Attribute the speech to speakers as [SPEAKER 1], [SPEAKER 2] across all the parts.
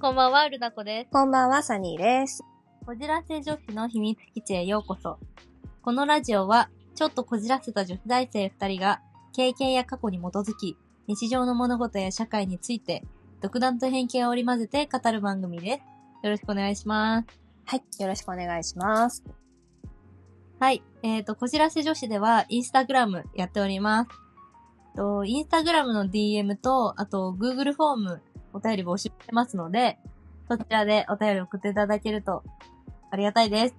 [SPEAKER 1] こんばんは、ルナコです。
[SPEAKER 2] こんばんは、サニーです。
[SPEAKER 1] こじらせ女子の秘密基地へようこそ。このラジオは、ちょっとこじらせた女子大生二人が、経験や過去に基づき、日常の物事や社会について、独断と偏見を織り交ぜて語る番組です。よろしくお願いします。
[SPEAKER 2] はい、よろしくお願いします。
[SPEAKER 1] はい。えっ、と、こじらせ女子では、インスタグラムやっております。と、インスタグラムの DM と、あと、Google フォーム、お便り募集してますので、そちらでお便り送っていただけると、ありがたいです。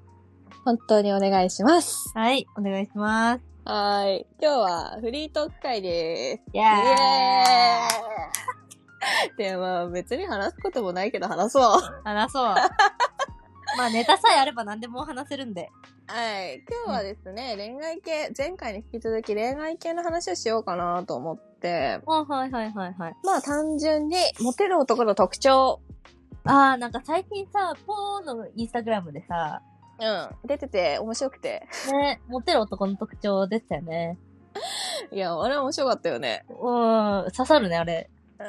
[SPEAKER 2] 本当にお願いします。
[SPEAKER 1] はい。お願いします。
[SPEAKER 2] はーい。今日はフリートーク会です。
[SPEAKER 1] イェ
[SPEAKER 2] イ
[SPEAKER 1] ー
[SPEAKER 2] エ
[SPEAKER 1] イ
[SPEAKER 2] ーイで、まあ別に話すこともないけど話そう。は
[SPEAKER 1] 話そう。 まあ、ネタさえあれば何でも話せるんで。
[SPEAKER 2] い。今日はですね、恋愛系、前回に引き続き恋愛系の話をしようかなと思って、
[SPEAKER 1] おはいはいはいはい。
[SPEAKER 2] まあ単純にモテる男の特徴、
[SPEAKER 1] あー、なんか最近さ、ポーのインスタグラムでさ、
[SPEAKER 2] うん、出てて面白くて。
[SPEAKER 1] ね、モテる男の特徴でしたよね。
[SPEAKER 2] いや、あれ面白かったよね。
[SPEAKER 1] うーん、刺さるね、あれ。
[SPEAKER 2] うん、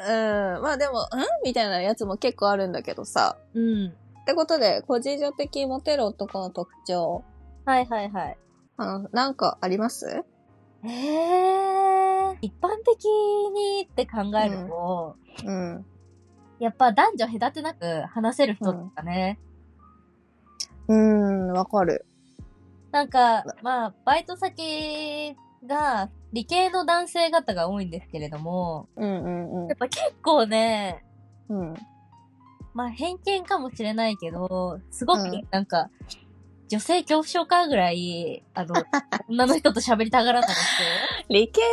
[SPEAKER 2] まあでも、うんみたいなやつも結構あるんだけどさ。
[SPEAKER 1] うん。
[SPEAKER 2] ってことで、個人情的モテる男の特徴、
[SPEAKER 1] はいはいはい。
[SPEAKER 2] あの、なんかあります
[SPEAKER 1] えー、一般的にって考えると、
[SPEAKER 2] うん。
[SPEAKER 1] やっぱ男女隔てなく話せる人とかね。
[SPEAKER 2] うーん、わかる。
[SPEAKER 1] なんか、まあ、バイト先が理系の男性方が多いんですけれども、
[SPEAKER 2] うんうん
[SPEAKER 1] やっぱ結構ね、
[SPEAKER 2] うん。うん。
[SPEAKER 1] まあ偏見かもしれないけど、すごく
[SPEAKER 2] うん
[SPEAKER 1] なんか、女性恐怖症かぐらい、あ の、女の人と喋りたがらない人。
[SPEAKER 2] 理系は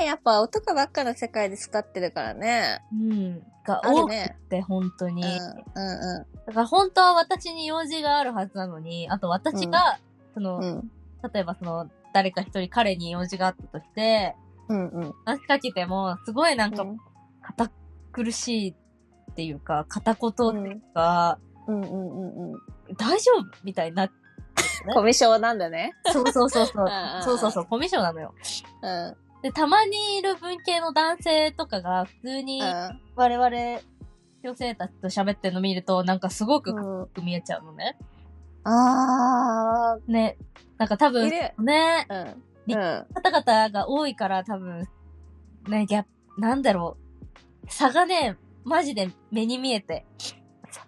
[SPEAKER 2] ね、やっぱ男ばっかの世界で育ってるからね。
[SPEAKER 1] うん。が
[SPEAKER 2] あ
[SPEAKER 1] 多
[SPEAKER 2] る
[SPEAKER 1] く
[SPEAKER 2] ね。
[SPEAKER 1] て、本当
[SPEAKER 2] う
[SPEAKER 1] に。
[SPEAKER 2] ん、う
[SPEAKER 1] だから本当は私に用事があるはずなのに、あと私が、その、
[SPEAKER 2] ん、うん。うん、
[SPEAKER 1] 例えばその、誰か一人彼に用事があったとして、
[SPEAKER 2] うん、うん。
[SPEAKER 1] 話しかけても、すごいなんか
[SPEAKER 2] うん、
[SPEAKER 1] 堅苦しいっていうか、片言っていうか、
[SPEAKER 2] うん、うん、うん。
[SPEAKER 1] 大丈夫みたいになって、
[SPEAKER 2] コミュ障なんだね。
[SPEAKER 1] そうそうそうそう
[SPEAKER 2] うんうんう。ん
[SPEAKER 1] そうそうそう、コミュ障なのよ。
[SPEAKER 2] うん、うん、
[SPEAKER 1] で、たまにいる文系の男性とかが、普通に
[SPEAKER 2] う
[SPEAKER 1] 我々、女性たちと喋ってるの見ると、なんかすごくかっこ
[SPEAKER 2] ん。
[SPEAKER 1] よく見えちゃうのね。
[SPEAKER 2] あ
[SPEAKER 1] ね。なんか多
[SPEAKER 2] ー、
[SPEAKER 1] 分
[SPEAKER 2] い、る。
[SPEAKER 1] ね、
[SPEAKER 2] うん、うん。
[SPEAKER 1] 方々が多いから多分、ね、ギャップ、なんだろう。差がね、マジで目に見えて。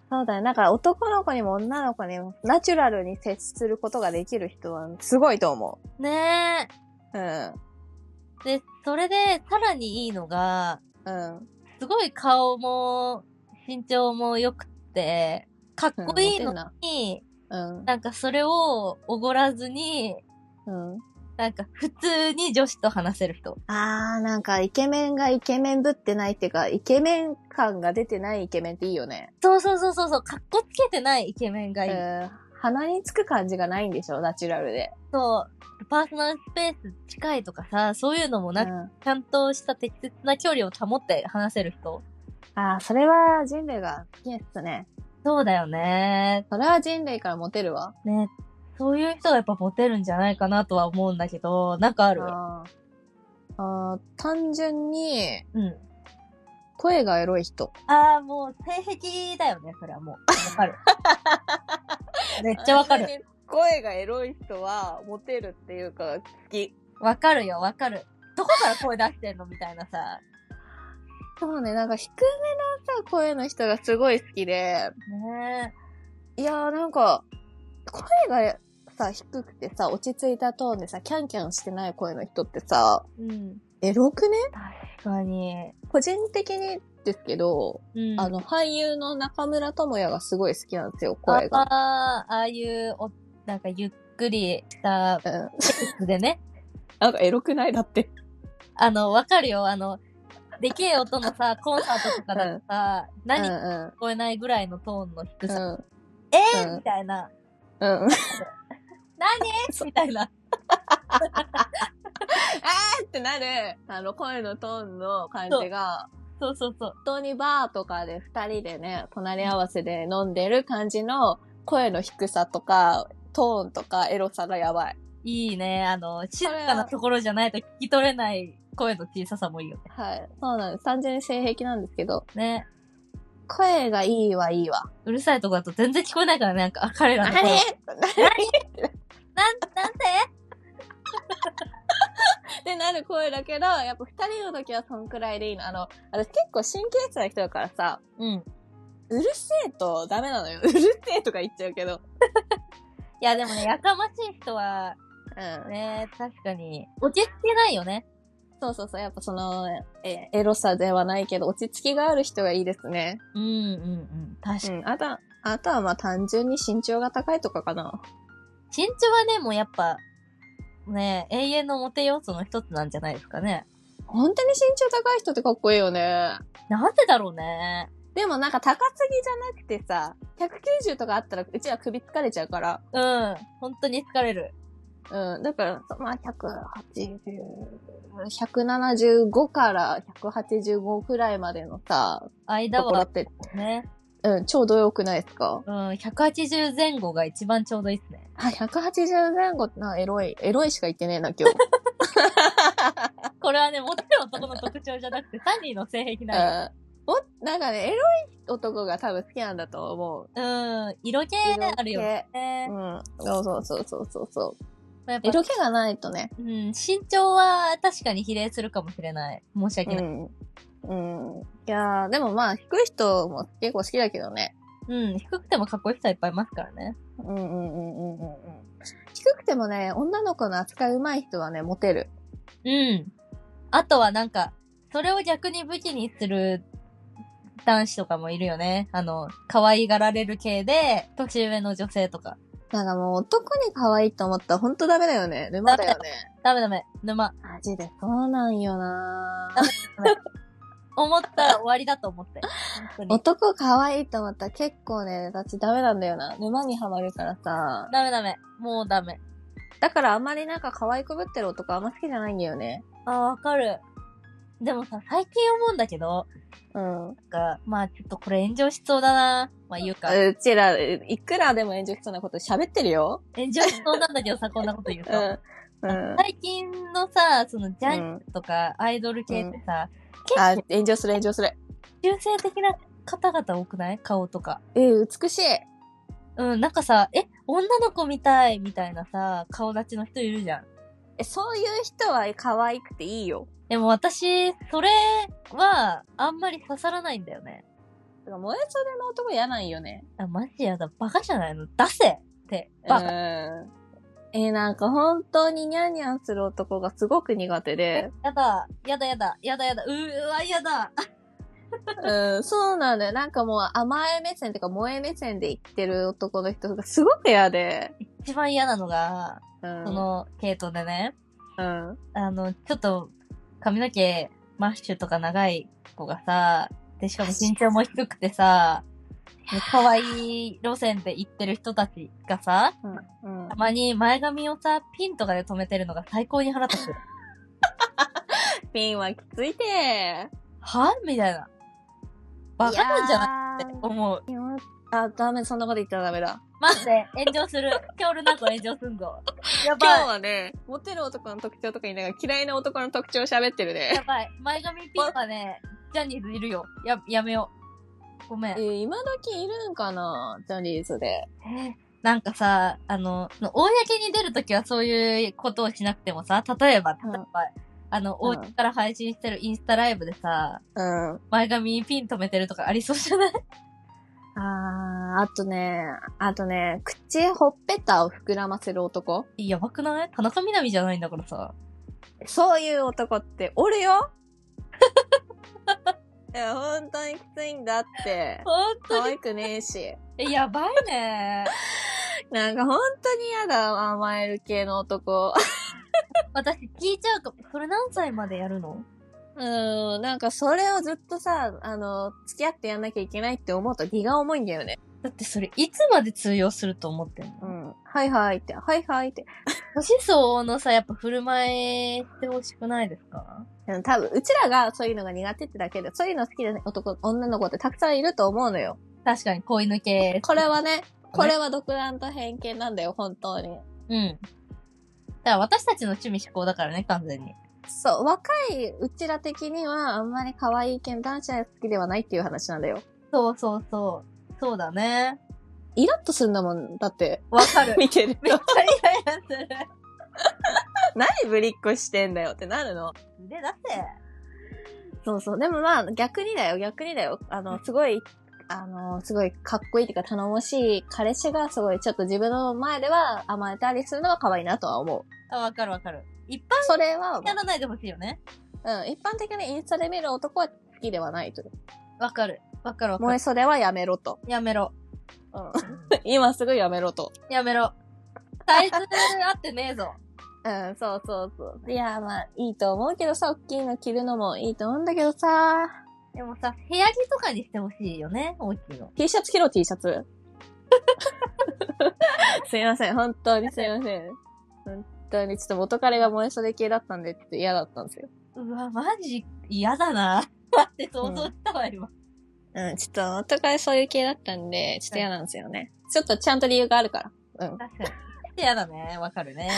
[SPEAKER 2] そうだね。なんか男の子にも女の子にもナチュラルに接することができる人はすごいと思
[SPEAKER 1] ね
[SPEAKER 2] う。うん。
[SPEAKER 1] え。で、それで、さらにいいのが、
[SPEAKER 2] うん。
[SPEAKER 1] すごい顔も、身長も良くって、かっこいいのに、
[SPEAKER 2] うん。
[SPEAKER 1] なんかそれをおごらずに、
[SPEAKER 2] うん。
[SPEAKER 1] なんか普通に女子と話せる人。
[SPEAKER 2] あー、なんかイケメンがイケメンぶってないっていうか、イケメン感が出てないイケメンっていいよね。
[SPEAKER 1] そうそうそうそうそう、かっこつけてないイケメンがいい。
[SPEAKER 2] うん。鼻につく感じがないんでしょ、ナチュラルで。
[SPEAKER 1] そう、パーソナルスペース近いとかさ、そういうのも
[SPEAKER 2] う
[SPEAKER 1] なく、
[SPEAKER 2] ん。
[SPEAKER 1] ちゃんとした適切な距離を保って話せる人。
[SPEAKER 2] あー、それは人類が好きですね。
[SPEAKER 1] そうだよね。
[SPEAKER 2] それは人類からモテるわ。
[SPEAKER 1] ね。そういう人がやっぱモテるんじゃないかなとは思うんだけど、なんかある。
[SPEAKER 2] あーあー単純に
[SPEAKER 1] うん。
[SPEAKER 2] 声がエロい人。
[SPEAKER 1] ああ、もう、性癖だよね、それはもう。わ かる。めっちゃわかる。。
[SPEAKER 2] 声がエロい人はモテるっていうか好き。
[SPEAKER 1] わかるよ、わかる。どこから声出してんのみたいなさ。
[SPEAKER 2] そうね、なんか低めのさ、声の人がすごい好きで、
[SPEAKER 1] ね
[SPEAKER 2] いやーなんか、声がさ、低くてさ、落ち着いたトーンでさ、キャンキャンしてない声の人ってさ、
[SPEAKER 1] え。うん。
[SPEAKER 2] エロくね
[SPEAKER 1] 確かに。
[SPEAKER 2] 個人的にですけど、
[SPEAKER 1] うん。
[SPEAKER 2] あの、俳優の中村智也がすごい好きなんですよ、声が。
[SPEAKER 1] ああ、ああいう、お、なんかゆっくりした
[SPEAKER 2] うん。
[SPEAKER 1] でね。
[SPEAKER 2] なんかエロくないだって。
[SPEAKER 1] あの、わかるよ、あの、でけえ音の さ、コンサートとかだとさ、
[SPEAKER 2] うん
[SPEAKER 1] 何聞
[SPEAKER 2] う
[SPEAKER 1] こえないぐらいのトーンの低
[SPEAKER 2] ん。
[SPEAKER 1] さ。
[SPEAKER 2] うん。
[SPEAKER 1] ええ
[SPEAKER 2] うん
[SPEAKER 1] みたいな。
[SPEAKER 2] うん。
[SPEAKER 1] 何みたいな。
[SPEAKER 2] ってなる、あの、声のトーンの感じが、
[SPEAKER 1] そうそうそう。
[SPEAKER 2] 本当にバーとかで二人でね、隣り合わせで飲んでる感じの声の低さとか、トーンとかエロさがやばい。
[SPEAKER 1] いいね。あの、静かなところじゃないと聞き取れない声の小ささもいいよね。
[SPEAKER 2] はい。そうなんです。単純に性癖なんですけど。
[SPEAKER 1] ね。
[SPEAKER 2] 声がいいはいいわ。
[SPEAKER 1] うるさいとこだと全然聞こえないからね、なんか、彼ら
[SPEAKER 2] あ
[SPEAKER 1] の
[SPEAKER 2] れ
[SPEAKER 1] 声。
[SPEAKER 2] 何
[SPEAKER 1] なん、なんて
[SPEAKER 2] ってなる声だけど、やっぱ二人の時はそんくらいでいいの。あの、私結構神経質な人だからさ、
[SPEAKER 1] うん。
[SPEAKER 2] うるせえとダメなのよ。うるせえとか言っちゃうけど。
[SPEAKER 1] いや、でもね、やかましい人は、
[SPEAKER 2] うん。
[SPEAKER 1] ね、確かに、落ち着けないよね。
[SPEAKER 2] そうそうそう。やっぱその、え、エロさではないけど、落ち着きがある人がいいですね。
[SPEAKER 1] うんうんうん。確か
[SPEAKER 2] う
[SPEAKER 1] に。
[SPEAKER 2] ん。あとは、あとはまあ単純に身長が高いとかかな。
[SPEAKER 1] 身長はね、もうやっぱ、ね、永遠のモテ要素の一つなんじゃないですかね。
[SPEAKER 2] 本当に身長高い人ってかっこいいよね。
[SPEAKER 1] なんでだろうね。
[SPEAKER 2] でもなんか高すぎじゃなくてさ、190とかあったらうちは首疲れちゃうから。
[SPEAKER 1] うん。本当に疲れる。
[SPEAKER 2] うん。だから、そまあ、180、175から185くらいまでのさ、
[SPEAKER 1] 間
[SPEAKER 2] ところっ
[SPEAKER 1] は
[SPEAKER 2] て、
[SPEAKER 1] ね、
[SPEAKER 2] うん、ちょうどよくないですか
[SPEAKER 1] うん、180前後が一番ちょうどいいっすね。
[SPEAKER 2] あ、180前後ってな、エロい。エロいしか言ってねえな、今日。
[SPEAKER 1] これはね、モテる男の特徴じゃなく て、サニーの性癖 な
[SPEAKER 2] うん。も、なんかね、エロい男が多分好きなんだと思う。
[SPEAKER 1] の。うん、色気
[SPEAKER 2] 色気
[SPEAKER 1] あるよね。
[SPEAKER 2] うん。そうそうそうそうそうそう。
[SPEAKER 1] やっぱ
[SPEAKER 2] 色気がないとね。
[SPEAKER 1] うん、身長は確かに比例するかもしれない。申し
[SPEAKER 2] う
[SPEAKER 1] 訳ない。
[SPEAKER 2] ん。うん。いやー、でもまあ、低い人も結構好きだけどね。
[SPEAKER 1] うん、低くてもかっこいい人はいっぱいいますからね。
[SPEAKER 2] うんうんうんうんうんうん。低くてもね、女の子の扱い上手い人はね、モテる。
[SPEAKER 1] うん。あとはなんか、それを逆に武器にする男子とかもいるよね。あの、可愛がられる系で、年上の女性とか。
[SPEAKER 2] なんかもう男に可愛いと思ったらほんとダメだよね。沼だよね。
[SPEAKER 1] ダメダメ。沼。
[SPEAKER 2] マジでそうなんよな
[SPEAKER 1] ダメダメ。思ったら終わりだと思って。本当に。
[SPEAKER 2] 男可愛いと思ったら結構ね、私ダメなんだよな。沼にはまるからさ。
[SPEAKER 1] ダメダメ。もうダメ。
[SPEAKER 2] だからあんまりなんか可愛くぶってる男あんま好きじゃないんだよね。
[SPEAKER 1] あ、わかる。でもさ、最近思うんだけど、
[SPEAKER 2] うん。う
[SPEAKER 1] なんか、まあちょっとこれ炎上しそうだな。まあ言うか。
[SPEAKER 2] ちら、いくらでも炎上しそうなこと喋ってるよ。
[SPEAKER 1] 炎上しそうなんだけどさ、こんなこと言うと。
[SPEAKER 2] うん。うん。
[SPEAKER 1] 最近のさ、そのジ
[SPEAKER 2] う
[SPEAKER 1] ャニー
[SPEAKER 2] ん、
[SPEAKER 1] ズとかアイドル系ってさ、
[SPEAKER 2] あ、炎上する炎上する。
[SPEAKER 1] 中性的な方々多くない顔とか。
[SPEAKER 2] えー、美しい。
[SPEAKER 1] うん、なんかさ、え、女の子みたいみたいなさ、顔立ちの人いるじゃん。
[SPEAKER 2] え、そういう人は可愛くていいよ。
[SPEAKER 1] でも私、それは、あんまり刺さらないんだよね。
[SPEAKER 2] だから燃え袖の男嫌なんよね。
[SPEAKER 1] あ、マジやだ。バカじゃないの出せって。バカ。
[SPEAKER 2] うん。えーなんか本当にニャンニャンする男がすごく苦手 で。
[SPEAKER 1] やだ、やだやだ、やだやだ、うーわ、やだ。
[SPEAKER 2] うん、そうなんだよ。なんかもう甘え目線とか萌え目線で言ってる男の人がすごく嫌で。
[SPEAKER 1] 一番嫌なのが、
[SPEAKER 2] うん。
[SPEAKER 1] その系統でね、
[SPEAKER 2] うん。
[SPEAKER 1] あの、ちょっと、髪の毛、マッシュとか長い子がさ、で、しかも身長も低くてさ、ね可愛い路線で行ってる人たちがさ、
[SPEAKER 2] うん。うん
[SPEAKER 1] たまに前髪をさ、ピンとかで止めてるのが最高に腹立つ。
[SPEAKER 2] ピンはきついて。
[SPEAKER 1] はみたいな。バカなんじゃない
[SPEAKER 2] な
[SPEAKER 1] って思う。
[SPEAKER 2] あ、ダメ、そんなこと言ったらダメだ。
[SPEAKER 1] 待って、炎上する。今日ルナコ炎上すんぞ。や
[SPEAKER 2] 今
[SPEAKER 1] ば
[SPEAKER 2] 日
[SPEAKER 1] い。
[SPEAKER 2] はね、モテる男の特徴とか言いながら嫌いな男の特徴喋ってるね。
[SPEAKER 1] やばい。前髪ピンはね、ジャニーズいるよ。や、やめよう。ごめん。
[SPEAKER 2] えー今時いるんかなジャニーズで。
[SPEAKER 1] なんかさ、あの、公に出るときはそういうことをしなくてもさ、例えば、例
[SPEAKER 2] うん
[SPEAKER 1] えば、あの、
[SPEAKER 2] う
[SPEAKER 1] お
[SPEAKER 2] ん
[SPEAKER 1] 家から配信してるインスタライブでさ、
[SPEAKER 2] うん。
[SPEAKER 1] 前髪ピン止めてるとかありそうじゃない
[SPEAKER 2] あー、あとね、あとね、口ほっぺたを膨らませる男
[SPEAKER 1] やばくない 田中みな実じゃないんだからさ。
[SPEAKER 2] そういう男っておる よいや、本当にきついんだって。
[SPEAKER 1] ほん
[SPEAKER 2] 可愛くねえし。
[SPEAKER 1] と、やばいね。
[SPEAKER 2] なんか本当に嫌だ、甘える系の男。
[SPEAKER 1] 私聞いちゃうかも。それ何歳までやるの
[SPEAKER 2] うん、なんかそれをずっとさ、あの、付き合ってやんなきゃいけないって思うと気が重いんだよね。
[SPEAKER 1] だってそれ、いつまで通用すると思ってんの、
[SPEAKER 2] うん。はいはいって、はいはいって。
[SPEAKER 1] 年相応のさ、やっぱ振る舞いしてほしくないですか
[SPEAKER 2] うん多分、うちらがそういうのが苦手ってだけで、そういうの好きな男、女の子ってたくさんいると思うのよ。
[SPEAKER 1] 確かに、子犬系。
[SPEAKER 2] これはね、これは独断と偏見なんだよ、本当に。
[SPEAKER 1] うん。だから私たちの趣味思考だからね、完全に。
[SPEAKER 2] そう、若いうちら的にはあんまり可愛い系の男子は好きではないっていう話なんだよ。
[SPEAKER 1] そうそうそう。そうだね。
[SPEAKER 2] イラッとするんだもん。だって、。
[SPEAKER 1] わかる
[SPEAKER 2] 見てる
[SPEAKER 1] めっち
[SPEAKER 2] と。
[SPEAKER 1] ゃイライラする。
[SPEAKER 2] 何ぶりっこしてんだよってなるの。
[SPEAKER 1] 腕出せ。
[SPEAKER 2] そうそう。でもまあ、逆にだよ、逆にだよ。あの、すごい、あの、すごいかっこいいっていうか頼もしい彼氏がすごい、ちょっと自分の前では甘えたりするのは可愛いなとは思う。
[SPEAKER 1] あ、わかるわかる。一般
[SPEAKER 2] それは、う
[SPEAKER 1] にやらないでほしいよね。
[SPEAKER 2] ん、一般的にインスタで見る男は好きではないという。
[SPEAKER 1] わかる。わかるわか
[SPEAKER 2] 燃え
[SPEAKER 1] る。
[SPEAKER 2] それはやめろと。
[SPEAKER 1] やめろ。
[SPEAKER 2] うん。 今すぐやめろと。
[SPEAKER 1] やめろ。サイズ合ってねえぞ。
[SPEAKER 2] うん、そうそうそう。いや、まあ、いいと思うけどさ、大きいの着るのもいいと思うんだけどさ、
[SPEAKER 1] でもさ、部屋着とかにしてほしいよね、大きいの。
[SPEAKER 2] T シャツ着ろ、T シャツ。 すいません、本当にすいません。本当に、ちょっと元彼が燃え袖系だったんでって嫌だったんですよ。
[SPEAKER 1] うわ、マジ嫌だな。 待って、想像したわ、今。
[SPEAKER 2] うん、ちょっと元彼そういう系だったんで、ちょっと嫌なんですよね。ちょっとちゃんと理由があるから。うん。
[SPEAKER 1] 確かに。 嫌だね、わかるね。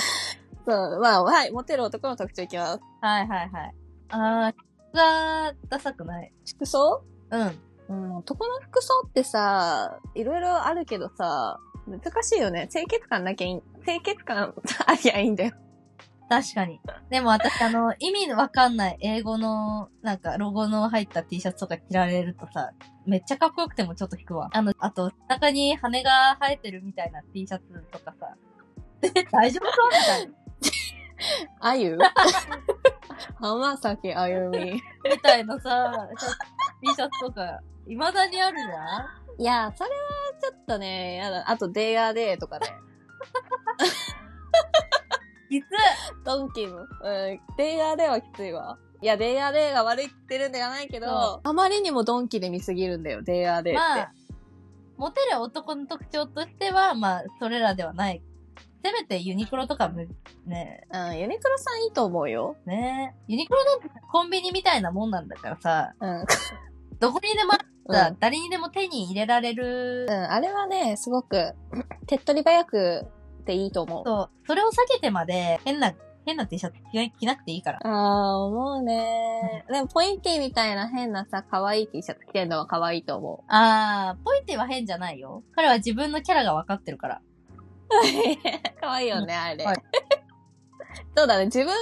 [SPEAKER 2] そう、まあ、はい、モテる男の特徴いきます。
[SPEAKER 1] はいはいはい。あー、服がダサくない。
[SPEAKER 2] 服装
[SPEAKER 1] うん。
[SPEAKER 2] うん、男の服装ってさ、いろいろあるけどさ、難しいよね。清潔感なきゃいい、清潔感ありゃいいんだよ。
[SPEAKER 1] 確かに。でも私、あの、意味わかんない英語の、なんか、ロゴの入った T シャツとか着られるとさ、めっちゃかっこよくてもちょっと引くわ。あの、あと、中に羽が生えてるみたいな T シャツとかさ、 え大丈夫そうみたいな。
[SPEAKER 2] あゆ浜崎あゆみ。
[SPEAKER 1] みたいなさ、T シャツとか、未だにあるじゃ
[SPEAKER 2] いや、それはちょっとね、やだ。あと、デイアーデーと かね。
[SPEAKER 1] んきつ
[SPEAKER 2] ドンキも。うん、デイアーデーはきついわ。いや、デイアーデーが悪いって言ってるんではないけど、あまりにもドンキで見すぎるんだよ、デイアーデーっ
[SPEAKER 1] ま
[SPEAKER 2] て。
[SPEAKER 1] あ、モテる男の特徴としては、まあ、それらではない。せめてユニクロとかむ、ね
[SPEAKER 2] うん、ユニクロさんいいと思うよ。
[SPEAKER 1] え、ねえ。ユニクロなんてコンビニみたいなもんなんだからさ、
[SPEAKER 2] うん。
[SPEAKER 1] どこにでもあっ
[SPEAKER 2] うん
[SPEAKER 1] た、誰にでも手に入れられる
[SPEAKER 2] うん、。あれはね、すごく、 手っ取り早くていいと思う。
[SPEAKER 1] そう、それを避けてまで、変な、変な T シャツ着な着なくていいから。
[SPEAKER 2] ああ、思うね。でも、ポインティみたいな変なさ、可愛い T シャツ着てんのは可愛いと思
[SPEAKER 1] あー、ポインティは変じゃないよ。彼は自分のキャラが分かってるから。
[SPEAKER 2] う。 可愛いよね、あれ。
[SPEAKER 1] はい
[SPEAKER 2] そうだね、自分に合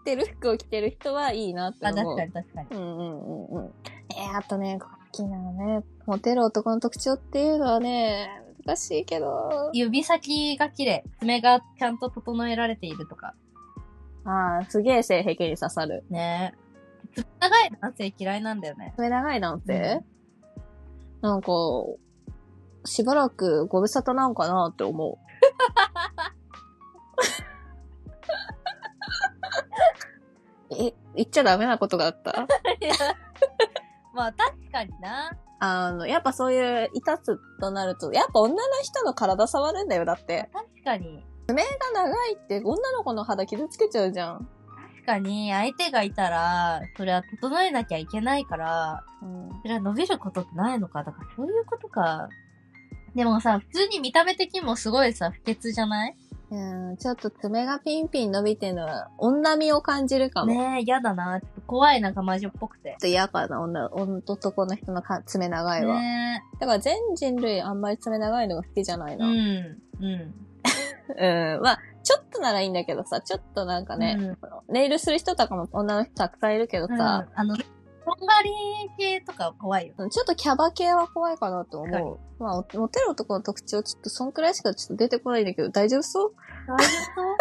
[SPEAKER 2] ってる服を着てる人はいいなって
[SPEAKER 1] あ、
[SPEAKER 2] 思
[SPEAKER 1] 確
[SPEAKER 2] う。
[SPEAKER 1] かに確かに。
[SPEAKER 2] うんうんうんうん。えー、あとね、好きなのね、モテる男の特徴っていうのはね、難しいけど。
[SPEAKER 1] 指先が綺麗、爪がちゃんと整えられているとか。
[SPEAKER 2] ああ、すげえ性癖に刺さる。
[SPEAKER 1] ねえ。爪長い男性嫌いなんだよね。
[SPEAKER 2] 爪長いなんて、なんか、しばらくご無沙汰なんかなって 思う。え、言っちゃダメなことがあった。
[SPEAKER 1] まあ確かにな。
[SPEAKER 2] あの、やっぱそういう、いたつとなると、やっぱ女の人の体触るんだよ、だって。
[SPEAKER 1] 確かに。
[SPEAKER 2] 手が長いって女の子の肌傷つけちゃうじゃん。
[SPEAKER 1] 確かに、相手がいたら、それは整えなきゃいけないから、
[SPEAKER 2] うん。
[SPEAKER 1] それは伸びることってないのか。だからそういうことか。でもさ、普通に見た目的にもすごいさ、不潔じゃない
[SPEAKER 2] うん、ちょっと爪がピンピン伸びてるのは、女味を感じるかも。
[SPEAKER 1] ねえ、嫌だな。ちょっと怖いな、魔女っぽくて
[SPEAKER 2] ちょっ。と嫌かな、女、男の人のか爪長いわ。
[SPEAKER 1] ね
[SPEAKER 2] だから全人類あんまり爪長いのが好きじゃない
[SPEAKER 1] え。う
[SPEAKER 2] な。うん。
[SPEAKER 1] ん。うん。
[SPEAKER 2] まあ、ちょっとならいいんだけどさ、ちょっとなんかね、
[SPEAKER 1] うん
[SPEAKER 2] ネイルする人とかも女の人たくさんいるけど
[SPEAKER 1] うん、
[SPEAKER 2] さ、
[SPEAKER 1] あの、とんがり系とか怖いよ。
[SPEAKER 2] ちょっとキャバ系は怖いかなと
[SPEAKER 1] 確
[SPEAKER 2] 思う。まあ、おモテる男の特徴、ちょっとそんくらいしかちょっと出てこないんだけど、大丈夫そう
[SPEAKER 1] 大 丈夫そう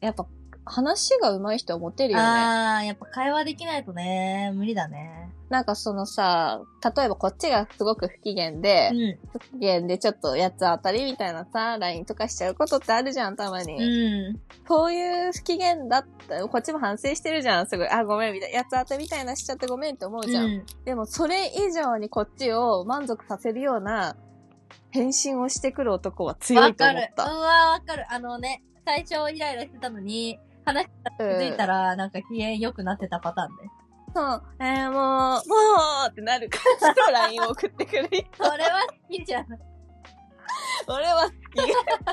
[SPEAKER 2] やっぱ、話が上手い人はモテるよね。
[SPEAKER 1] ああ、やっぱ会話できないとね、無理だね。
[SPEAKER 2] なんかそのさ、例えばこっちがすごく不機嫌で
[SPEAKER 1] う、ん。
[SPEAKER 2] 不機嫌でちょっとやつ当たりみたいなさ、LINE とかしちゃうことってあるじゃん、たまに。
[SPEAKER 1] うん。
[SPEAKER 2] そういう不機嫌だった。こっちも反省してるじゃん。すごい。あ、ごめん、みたいな。やつ当たみたいなしちゃってごめんって思うじゃん。
[SPEAKER 1] うん。
[SPEAKER 2] でも、それ以上にこっちを満足させるような返信をしてくる男は強
[SPEAKER 1] わ
[SPEAKER 2] いと
[SPEAKER 1] か
[SPEAKER 2] 思っ
[SPEAKER 1] る。う
[SPEAKER 2] た。
[SPEAKER 1] わー、わかる。あのね、最初イライラしてたのに、話し
[SPEAKER 2] う
[SPEAKER 1] 続いた
[SPEAKER 2] ん、
[SPEAKER 1] ら、なんか機嫌良くなってたパターンね。
[SPEAKER 2] そう。えー、もう、もうってなる感じの LINE を送ってくる人。
[SPEAKER 1] それは好きじゃん。
[SPEAKER 2] 俺は好き。だか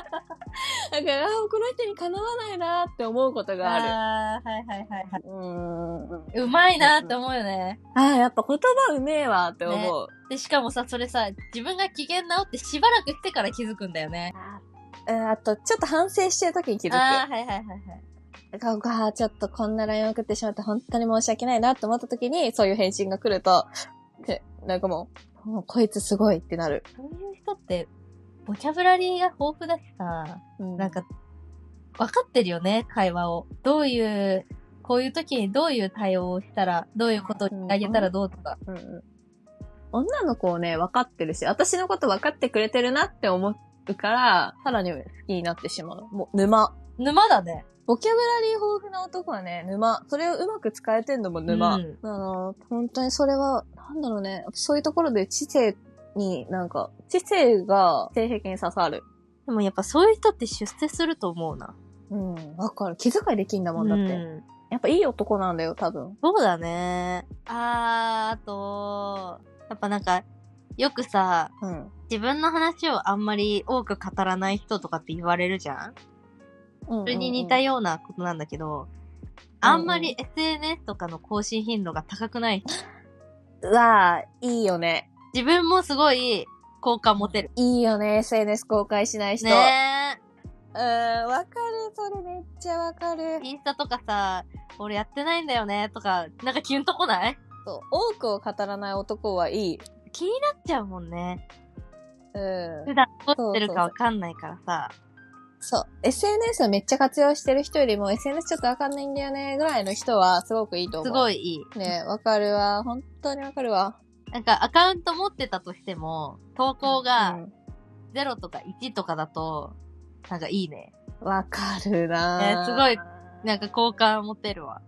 [SPEAKER 2] ら、あこの人にかなわないなって思うことがある。
[SPEAKER 1] あーはいはいはいは
[SPEAKER 2] うーん。
[SPEAKER 1] い。うまいなって思うよね。
[SPEAKER 2] ああ、やっぱ言葉うめえわって思う。
[SPEAKER 1] で、しかもさ、それさ、自分が機嫌直ってしばらくしてから気づくんだよね。
[SPEAKER 2] えーあと、ちょっと反省してる時に気づく。
[SPEAKER 1] ああ、はいはいはいはい。
[SPEAKER 2] がうわーちょっとこんな LINE 送ってしまって本当に申し訳ないなって思った時に、そういう返信が来ると、で、なんかもう、もうこいつすごいってなる。
[SPEAKER 1] そういう人って、ボキャブラリーが豊富だしさ、なんか、分かってるよね、会話を。どういう、こういう時にどういう対応をしたら、どういうことを言ってあげたらどうとか。
[SPEAKER 2] うんうん、女の子をね、分かってるし、私のこと分かってくれてるなって思うから、さらに好きになってしまう。もう、沼。
[SPEAKER 1] 沼だね。
[SPEAKER 2] ボキャブラリー豊富な男はね、沼。それをうまく使えてんのも沼。
[SPEAKER 1] うん
[SPEAKER 2] あの、本当にそれは、なんだろうね、そういうところで知性に、なんか、知性が性癖に刺さる。
[SPEAKER 1] でもやっぱそういう人って出世すると思うな。
[SPEAKER 2] うん、わかる。気遣いできんだもんだって。
[SPEAKER 1] うん
[SPEAKER 2] やっぱいい男なんだよ、多分。
[SPEAKER 1] そうだね。あー、あと、やっぱなんか、よくさ、
[SPEAKER 2] うん。
[SPEAKER 1] 自分の話をあんまり多く語らない人とかって言われるじゃん
[SPEAKER 2] そ
[SPEAKER 1] それに似たようなことなんだけど、あんまり SNS とかの更新頻度が高くない人。
[SPEAKER 2] うわーいいよね。
[SPEAKER 1] 自分もすごい好感持てる。
[SPEAKER 2] いいよね、SNS 公開しない人。
[SPEAKER 1] ね
[SPEAKER 2] うん、わかる。それめっちゃわかる
[SPEAKER 1] え。。インスタとかさ、俺やってないんだよねとか、なんかキュンとこない
[SPEAKER 2] そう、多くを語らない男はいい。
[SPEAKER 1] 気になっちゃうもんね。
[SPEAKER 2] うん
[SPEAKER 1] 普。段どうしてるかわかんないからさ。
[SPEAKER 2] そう。SNS をめっちゃ活用してる人よりも、SNS ちょっとわかんないんだよね、ぐらいの人は、すごくいいと思
[SPEAKER 1] す
[SPEAKER 2] う。
[SPEAKER 1] ご
[SPEAKER 2] い。
[SPEAKER 1] いいい。
[SPEAKER 2] ねわかるわ。本当にわかるわ。
[SPEAKER 1] なんかアカウント持ってたとしても、投稿
[SPEAKER 2] う
[SPEAKER 1] が
[SPEAKER 2] ん
[SPEAKER 1] 0とか1とかだと、なんかいいね。
[SPEAKER 2] わかるな
[SPEAKER 1] ねすごい。なんか好感持てるわ。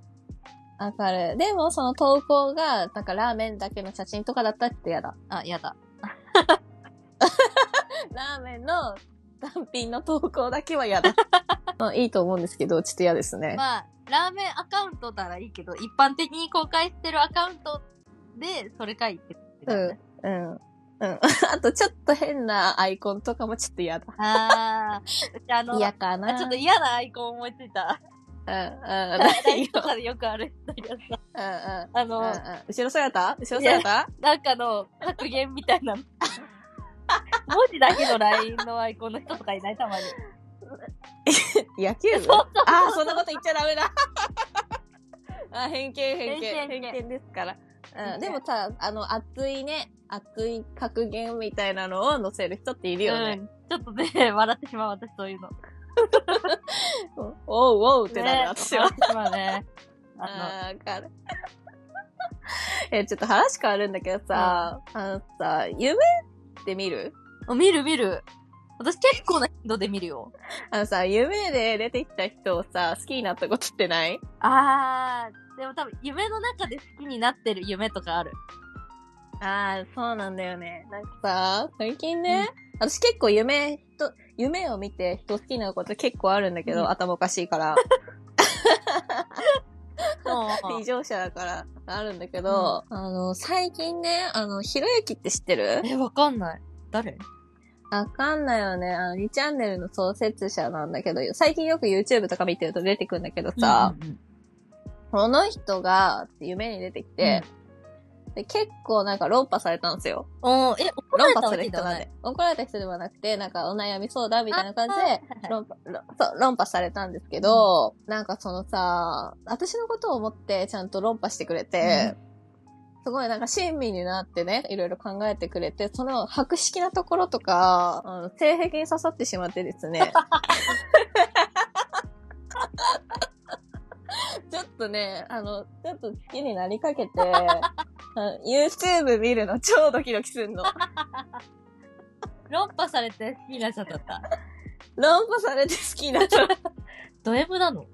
[SPEAKER 2] わかる。でも、その投稿が、なんかラーメンだけの写真とかだったらちょっと嫌だ。
[SPEAKER 1] あ、やだ。
[SPEAKER 2] ラーメンの単品の投稿だけは 嫌だ。まあ、いいと思うんですけど、ちょっと嫌ですね。
[SPEAKER 1] まあ、ラーメンアカウントならいいけど、一般的に公開してるアカウントで、それかいってことだよね。
[SPEAKER 2] うん。うん。うん。あと、ちょっと変なアイコンとかもちょっと嫌だ。
[SPEAKER 1] ああ、うちあの、
[SPEAKER 2] 嫌かな。
[SPEAKER 1] あちょっと嫌なアイコン思いついた。
[SPEAKER 2] うん、うん、
[SPEAKER 1] ラ イブとかでよくある人がさ、
[SPEAKER 2] うん、うん。
[SPEAKER 1] あ
[SPEAKER 2] うんう
[SPEAKER 1] の、
[SPEAKER 2] ん後ろ姿後ろ姿
[SPEAKER 1] なんかの格言みたいなの。文字だけの LINE のアイコンの人とかいないたまに。
[SPEAKER 2] 野球部
[SPEAKER 1] そう
[SPEAKER 2] ああ、そんなこと言っちゃダメだ。あ偏見、偏見、
[SPEAKER 1] 偏
[SPEAKER 2] 偏
[SPEAKER 1] 見
[SPEAKER 2] 見ですから。
[SPEAKER 1] 偏
[SPEAKER 2] う
[SPEAKER 1] 見
[SPEAKER 2] ん、でもさ、あの、熱いね、熱い格言みたいなのを載せる人っているよ
[SPEAKER 1] う
[SPEAKER 2] ね。
[SPEAKER 1] ん。ちょっとね、笑ってしまう、私そういうの。
[SPEAKER 2] おうおうってなる、
[SPEAKER 1] ね
[SPEAKER 2] 私は
[SPEAKER 1] 笑。ってしまうね。あ
[SPEAKER 2] あーわかる。え、ちょっと話変わるんだけどさ、あのさ、夢って見る
[SPEAKER 1] の、お見る見る。私結構な頻度で見るよ。
[SPEAKER 2] あのさ、夢で出てきた人をさ、好きになったことってない
[SPEAKER 1] あー、でも多分夢の中で好きになってる夢とかある。
[SPEAKER 2] ああ、そうなんだよね。なんかさ、最近ね、私結構夢、人、夢を見て人好きになること結構あるんだけど、
[SPEAKER 1] うん
[SPEAKER 2] 頭おかしい から、
[SPEAKER 1] そう
[SPEAKER 2] 異。常者だからあるんだけど、あの、最近ね、あの、ひろゆきって知ってる
[SPEAKER 1] え、わかんない。誰
[SPEAKER 2] わかんないよね。あの、2チャンネルの創設者なんだけど、最近よく YouTube とか見てると出てくるんだけどさ、
[SPEAKER 1] うんうんうん
[SPEAKER 2] この人が夢に出てきて、で結構なんか論破されたんですよ。
[SPEAKER 1] おーえ、怒ら
[SPEAKER 2] 論
[SPEAKER 1] れた
[SPEAKER 2] 破す
[SPEAKER 1] わ
[SPEAKER 2] る
[SPEAKER 1] けじ
[SPEAKER 2] 人
[SPEAKER 1] ゃ
[SPEAKER 2] が
[SPEAKER 1] ない。
[SPEAKER 2] ね、怒られた人ではなくて、なんかお悩み相談みたいな感じで、論破、論そう、論破されたんですけど、なんかそのさ、私のことを思ってちゃんと論破してくれて、すごいなんか親身になってね、いろいろ考えてくれて、その白色なところとか、あの性癖に刺さってしまってで すね。ちょっとね、あの、ちょっと好きになりかけて、あ YouTube 見るの超ドキドキすんの。
[SPEAKER 1] 論破されて好きになっちゃったんだ。
[SPEAKER 2] 論破されて好きになった。
[SPEAKER 1] ド M なの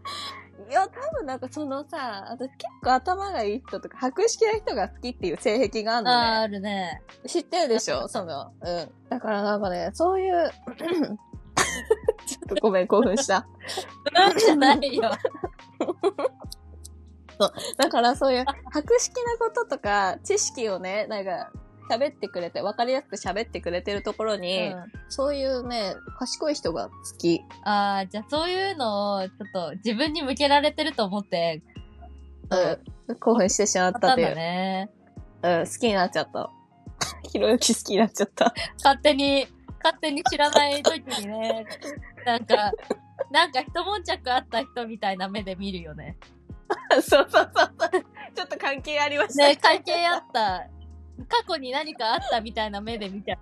[SPEAKER 2] いや、多分なんかそのさ、私結構頭がいい人とか、白色な人が好きっていう性癖がある
[SPEAKER 1] あー、
[SPEAKER 2] のね。
[SPEAKER 1] あるね。
[SPEAKER 2] 知ってるでしょその、うん。だからなんかね、そういう、 ちょっとごめん、興奮した。
[SPEAKER 1] じゃない よ。
[SPEAKER 2] だからそういう、白色なこととか、知識をね、なんか、喋ってくれて、わかりやすく喋ってくれてるところに、そういうね、賢い人が好き。
[SPEAKER 1] ああ、じゃあそういうのを、ちょっと自分に向けられてると思って、
[SPEAKER 2] うん。興奮してしまっ
[SPEAKER 1] 買ったた
[SPEAKER 2] と
[SPEAKER 1] ん
[SPEAKER 2] い
[SPEAKER 1] だ
[SPEAKER 2] う。
[SPEAKER 1] ね。
[SPEAKER 2] うん、好きになっちゃった。 ひろゆき好きになっちゃった。
[SPEAKER 1] 勝手に、勝手に知らない時にね、なんか、なんか一悶着あった人みたいな目で見るよね。
[SPEAKER 2] そうそうそうそう。ちょっと関係ありま した。
[SPEAKER 1] ね、関係あった。過去に何かあったみたいな目で見ちゃ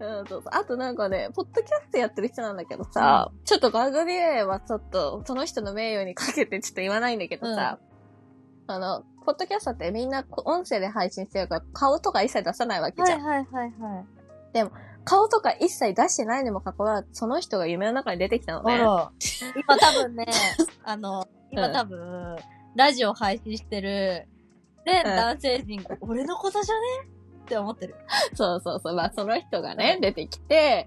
[SPEAKER 1] う。
[SPEAKER 2] うん、そうそう。あとなんかね、ポッドキャストやってる人なんだけどさ、ちょっと番組名はちょっと、その人の名誉にかけてちょっと言わないんだけどさ、あの、ポッドキャストってみんなこ音声で配信してるから、顔とか一切出さないわけじゃん。
[SPEAKER 1] はいはいはい。
[SPEAKER 2] 顔とか一切出してないにもかかわらず、その人が夢の中に出てきたの
[SPEAKER 1] あ
[SPEAKER 2] ね。
[SPEAKER 1] ら。今多分ね、 あの、今多分、ラジオ配信してる、全
[SPEAKER 2] うん
[SPEAKER 1] 男性人、俺のことじゃねって思ってる。
[SPEAKER 2] そうそうそう。まあ、その人がね、出てきて、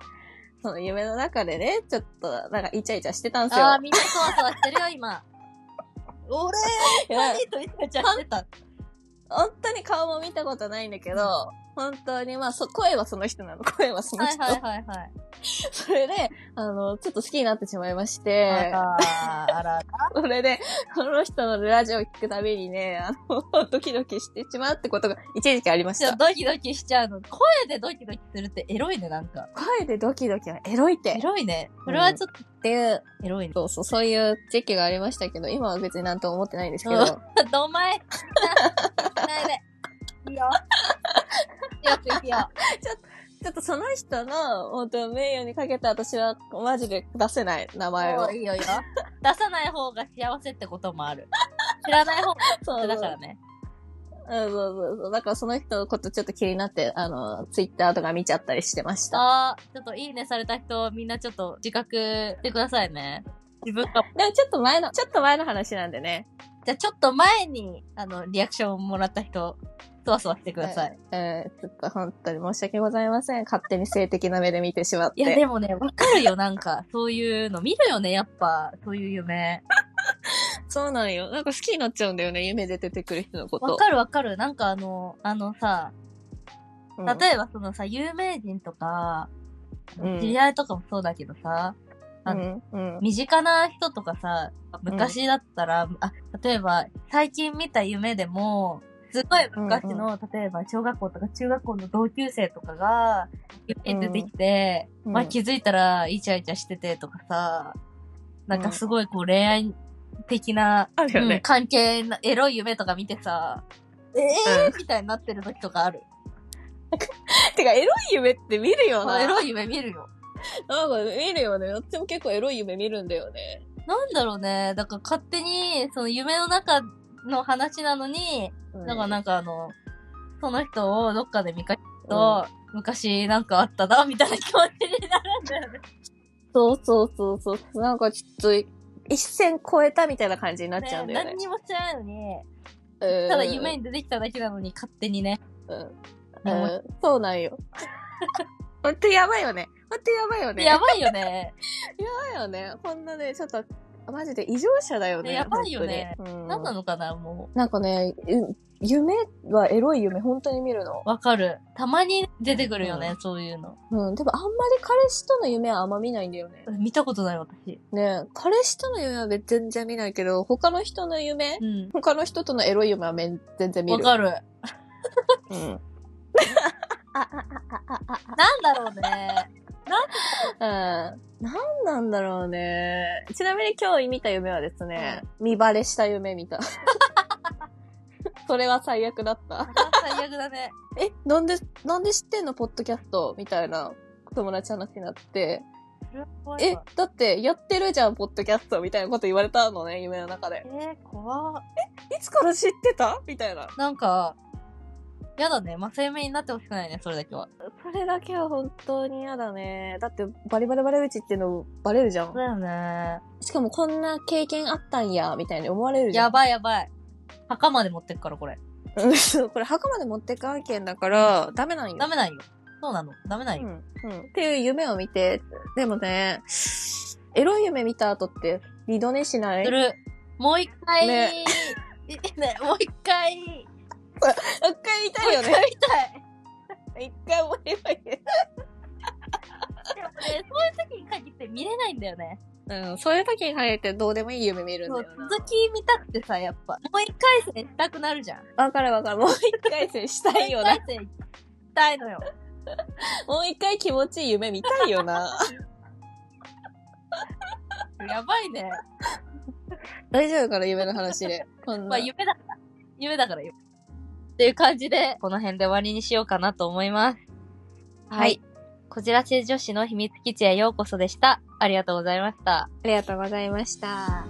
[SPEAKER 2] その夢の中でね、ちょっと、なんかイチャイチャしてたんですよ。
[SPEAKER 1] ああ、みんなそわそわしてるよ、今。 俺、
[SPEAKER 2] いや
[SPEAKER 1] 何と言っちゃってた。
[SPEAKER 2] 本当に顔も見たことないんだけど、本当に、まあ、そ、声はその人なの。 声はその
[SPEAKER 1] はい
[SPEAKER 2] 人。
[SPEAKER 1] はいはいはい。
[SPEAKER 2] それで、あの、ちょっと好きになってしまいまして、
[SPEAKER 1] あら、あら、
[SPEAKER 2] それで、その人のラジオを聞くたびにね、あの、 ドキドキしてしまうってことが一時期ありまし。
[SPEAKER 1] ちょったとドキドキしちゃうの。声でドキドキするってエロいね、なんか。
[SPEAKER 2] 声でドキドキはエロいって。
[SPEAKER 1] エ
[SPEAKER 2] っ
[SPEAKER 1] ロいね。これはちょっと
[SPEAKER 2] ていう、
[SPEAKER 1] エロいね。
[SPEAKER 2] そうそう、そういう時期がありましたけど、今は別になんとも思ってないんですけど、
[SPEAKER 1] うんちょっとお 前、な、なで。いいよ。よく行くよ。
[SPEAKER 2] ちょっとその人の、本当名誉にかけた私は、マジで出せない名前を
[SPEAKER 1] もう。いいよいいよ。出さない方が幸せってこともあ る。知らない方が幸
[SPEAKER 2] そう
[SPEAKER 1] せ
[SPEAKER 2] だ
[SPEAKER 1] だ
[SPEAKER 2] か。
[SPEAKER 1] かららね。
[SPEAKER 2] うん、そうそうそう。だからその人のことちょっと気になって、あの、ツイッターとか見ちゃったりしてました。
[SPEAKER 1] あー、ちょっといいねされた人、みんなちょっと自覚してくださいね。自分が。
[SPEAKER 2] でもちょっと前の、ちょっと前の話なんでね。
[SPEAKER 1] じゃあちょっと前に、あの、リアクションもらった人、そわそわしてください。
[SPEAKER 2] えーちょっと本当に申し訳ございません。勝手に性的な目で見てしまって。
[SPEAKER 1] いや、でもね、わかるよ、なんか。そういうの見るよね、やっぱ。そういう夢。
[SPEAKER 2] そうなんよ。なんか好きになっちゃうんだよね。夢で出てくる人のこ
[SPEAKER 1] わ
[SPEAKER 2] と。
[SPEAKER 1] かるわかる。なんかあの、あのさ、
[SPEAKER 2] うん
[SPEAKER 1] 例えばそのさ、有名人とか、
[SPEAKER 2] うん
[SPEAKER 1] 知り合いとかもそうだけどさ、ば
[SPEAKER 2] うん。うん。
[SPEAKER 1] 身近な人とかさ、昔だったら、あ、例えば、最近見た夢でも、すごい昔の、例えば、小学校とか中学校の同級生とかが、夢に出てきて、
[SPEAKER 2] うん
[SPEAKER 1] まあ気づいたら、イチャイチャしててとかさ、なんかすごいこう恋愛的な、
[SPEAKER 2] あるよね
[SPEAKER 1] うん関係な、エロい夢とか見てさ、えーみたいになってる時とかある。
[SPEAKER 2] てか、エロい夢って見るよな。
[SPEAKER 1] エロい夢見るよ。
[SPEAKER 2] なんか見るよね。私も結構エロい夢見るんだよね。
[SPEAKER 1] なんだろうね。だから勝手に、その夢の中の話なのに、だから
[SPEAKER 2] うん
[SPEAKER 1] なんかあの、その人をどっかで見かけると、昔なんかあったな、みたいな気持ちになるんだよね。
[SPEAKER 2] そうそうそうそう。なんかちょっと、一線超えたみたいな感じになっちゃうんだよね
[SPEAKER 1] 何。にも知らないのに、
[SPEAKER 2] うん
[SPEAKER 1] ただ夢に出てきただけなのに勝手にね。
[SPEAKER 2] うん
[SPEAKER 1] も
[SPEAKER 2] うんそうなんよ。 ほんとやばいよね。ほんとやばいよね。
[SPEAKER 1] やばいよね。
[SPEAKER 2] ばいよね。こんなね、ちょっと、マジで異常者だよね。
[SPEAKER 1] ねやばいよね
[SPEAKER 2] 本当に。うん
[SPEAKER 1] 何なのかな、も
[SPEAKER 2] なんかね、ゆ夢はエロい夢、本当に見るの。
[SPEAKER 1] う。わかる。たまに出てくるよね、
[SPEAKER 2] う
[SPEAKER 1] そういうの。
[SPEAKER 2] うん。でもあんまり彼氏との夢はあんま見ないんだよね。
[SPEAKER 1] 見たことない私。
[SPEAKER 2] ね彼氏との夢は別全然見ないけど、他の人の夢、
[SPEAKER 1] うん。
[SPEAKER 2] 他の人とのエロい夢はめん全然見
[SPEAKER 1] わ
[SPEAKER 2] る。
[SPEAKER 1] かる。
[SPEAKER 2] うん。
[SPEAKER 1] なんだろうね。
[SPEAKER 2] うん。なんなんだろうね。ちなみに今日見た夢はですね、見バレした夢見た。 それは最悪だった。
[SPEAKER 1] 最悪だね。
[SPEAKER 2] え、なんで、なんで知ってんのポッドキャストみたいな友達話になって。
[SPEAKER 1] それは怖い
[SPEAKER 2] え
[SPEAKER 1] わ、
[SPEAKER 2] だってやってるじゃん、ポッドキャストみたいなこと言われたのね、夢の中で
[SPEAKER 1] え。ー、怖っ
[SPEAKER 2] いつから知ってたみたいな。
[SPEAKER 1] なんか、やだね。まあ、生命になってほしくないね、それだけは。
[SPEAKER 2] それだけは本当に嫌だね。だってバリバリバレ打ちっていうのバレるじゃん
[SPEAKER 1] だ。よね。
[SPEAKER 2] しかもこんな経験あったんや、みたいに思われるじゃん。
[SPEAKER 1] やばいやばい。墓まで持ってくから、これ。
[SPEAKER 2] うん そうこれ墓まで持ってかんけんだから、ダメなんよ。
[SPEAKER 1] ダメないよ。そうなの。ダメないうよ。
[SPEAKER 2] ん。うん。っていう夢を見て、でもね、エロい夢見た後って、二度寝しない
[SPEAKER 1] する。もう一回、
[SPEAKER 2] ね
[SPEAKER 1] ねもう一回、もう
[SPEAKER 2] 一回見たいよ
[SPEAKER 1] 一
[SPEAKER 2] ね。
[SPEAKER 1] 回見たい。
[SPEAKER 2] 一回も言えばいい。
[SPEAKER 1] でもね、そういう時に限って見れないんだよね。
[SPEAKER 2] うん、そういう時に限ってどうでもいい夢見るん
[SPEAKER 1] そ
[SPEAKER 2] だ
[SPEAKER 1] う
[SPEAKER 2] よな。
[SPEAKER 1] 続き見たくてさ、やっぱ。もう一回戦したくなるじゃん。
[SPEAKER 2] わかるわかる。もう一回戦したいよ
[SPEAKER 1] もう
[SPEAKER 2] な。
[SPEAKER 1] 一回戦したいのよ。
[SPEAKER 2] もう一回気持ちいい夢見たいよな。
[SPEAKER 1] やばいね。
[SPEAKER 2] 大丈夫かな夢の話で。こん
[SPEAKER 1] ま
[SPEAKER 2] な
[SPEAKER 1] あ。夢だから。夢だから夢。っていう感じで、この辺で終わりにしようかなと思います。は
[SPEAKER 2] はいい。
[SPEAKER 1] こじらせ女子の秘密基地へようこそでした。ありがとうございました。
[SPEAKER 2] ありがとうございました。